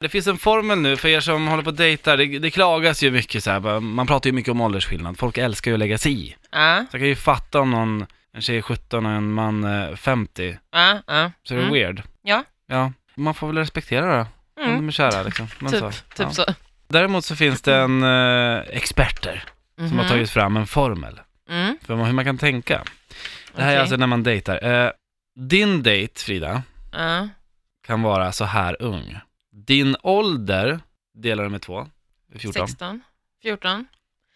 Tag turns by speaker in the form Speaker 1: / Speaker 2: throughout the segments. Speaker 1: Det finns en formel nu för er som håller på och dejtar, det, det klagas ju mycket så här. bara- man pratar ju mycket om åldersskillnad, folk älskar ju att lägga sig i.
Speaker 2: Ja,
Speaker 1: Så jag kan ju fatta om någon, en tjej är 17 och en man är 50,
Speaker 2: ja, ja.
Speaker 1: så är det
Speaker 2: Mm.
Speaker 1: weird.
Speaker 2: Ja.
Speaker 1: Ja, man får väl respektera det, om
Speaker 2: Mm,
Speaker 1: de är kära liksom. Men
Speaker 2: typ,
Speaker 1: så,
Speaker 2: typ
Speaker 1: ja.
Speaker 2: så.
Speaker 1: Däremot så finns det en eh, experter som har
Speaker 2: Mhm.
Speaker 1: tagit fram en formel
Speaker 2: Mm,
Speaker 1: för hur man kan tänka. Det här är
Speaker 2: okej.
Speaker 1: alltså när man dejtar. Eh, din dejt, Frida,
Speaker 2: Ja,
Speaker 1: kan vara så här ung. Din ålder delar du med två, 14.
Speaker 2: 16, 14,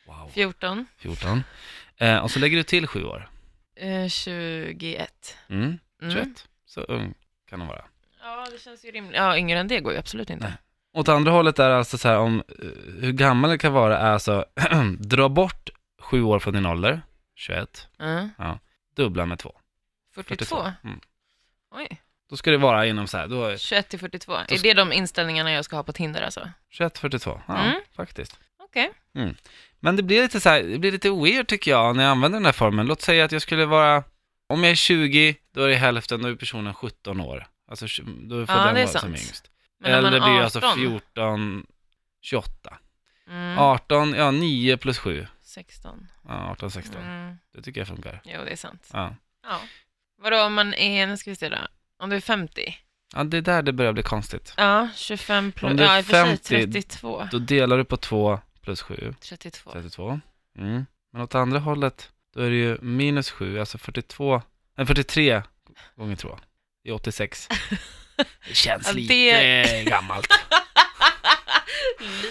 Speaker 1: Wow.
Speaker 2: 14,
Speaker 1: 14. Eh, och så lägger du till 7 år.
Speaker 2: eh, 21.
Speaker 1: Mm.
Speaker 2: Mm.
Speaker 1: 21. Så ung kan de vara.
Speaker 2: Ja, det känns ju rimligt. Ja, yngre än det går ju absolut inte.
Speaker 1: Nej. Åt andra hållet är alltså så här om eh, hur gammal det kan vara är alltså dra bort 7 år från din ålder, 21,
Speaker 2: Ja,
Speaker 1: dubbla med 2.
Speaker 2: 42.
Speaker 1: Mm.
Speaker 2: Oj,
Speaker 1: Då ska det vara inom så här, då är
Speaker 2: 21 till 42.
Speaker 1: Eh. Då
Speaker 2: Är
Speaker 1: ska-
Speaker 2: det de inställningarna jag ska ha på Tinder alltså?
Speaker 1: 21, 42. Ja,
Speaker 2: Mm.
Speaker 1: faktiskt. Mm.
Speaker 2: Okej.
Speaker 1: Men det blir lite så här, det blir lite weird tycker jag när jag använder den här formeln. Låt säga att jag skulle vara, om jag är 20, då är det hälften, då är personen 17 år. Alltså tj- då får
Speaker 2: Ja,
Speaker 1: den
Speaker 2: det är
Speaker 1: vara som
Speaker 2: sant.
Speaker 1: yngst.
Speaker 2: om
Speaker 1: Eller
Speaker 2: man
Speaker 1: det
Speaker 2: är
Speaker 1: blir alltså
Speaker 2: 18,
Speaker 1: 14, 28.
Speaker 2: Mm,
Speaker 1: 18, ja 9 plus 7.
Speaker 2: 16.
Speaker 1: Ja, 18, 16.
Speaker 2: Mm,
Speaker 1: Det tycker jag funkar.
Speaker 2: jo, det är sant.
Speaker 1: Ja.
Speaker 2: Ja. Vadå om man är, nu ska vi se då. Om du är 50?
Speaker 1: ja, det är där det börjar bli konstigt.
Speaker 2: Ja, 25 plus,
Speaker 1: Om du är
Speaker 2: ja i och för sig
Speaker 1: 50,
Speaker 2: 32.
Speaker 1: Då delar du på 2 plus 7,
Speaker 2: 32.
Speaker 1: 32. Mm. Men åt andra hållet, då är det ju minus 7, alltså 42, nej 43 gånger 2. Det är 86. Det känns
Speaker 2: Ja, det-
Speaker 1: lite gammalt.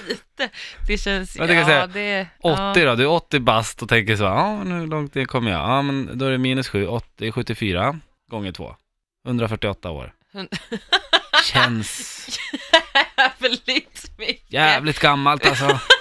Speaker 2: Lite. Det känns,
Speaker 1: Jag tänker säga,
Speaker 2: ja det...
Speaker 1: 80 då, du är 80 bast och tänker så, ja men hur långt ner kommer jag? Ja men då är det minus 7, 80, 74 gånger 2. 148 år.
Speaker 2: Hund-
Speaker 1: Känns
Speaker 2: Ja, jävligt mycket.
Speaker 1: Jävligt gammalt alltså.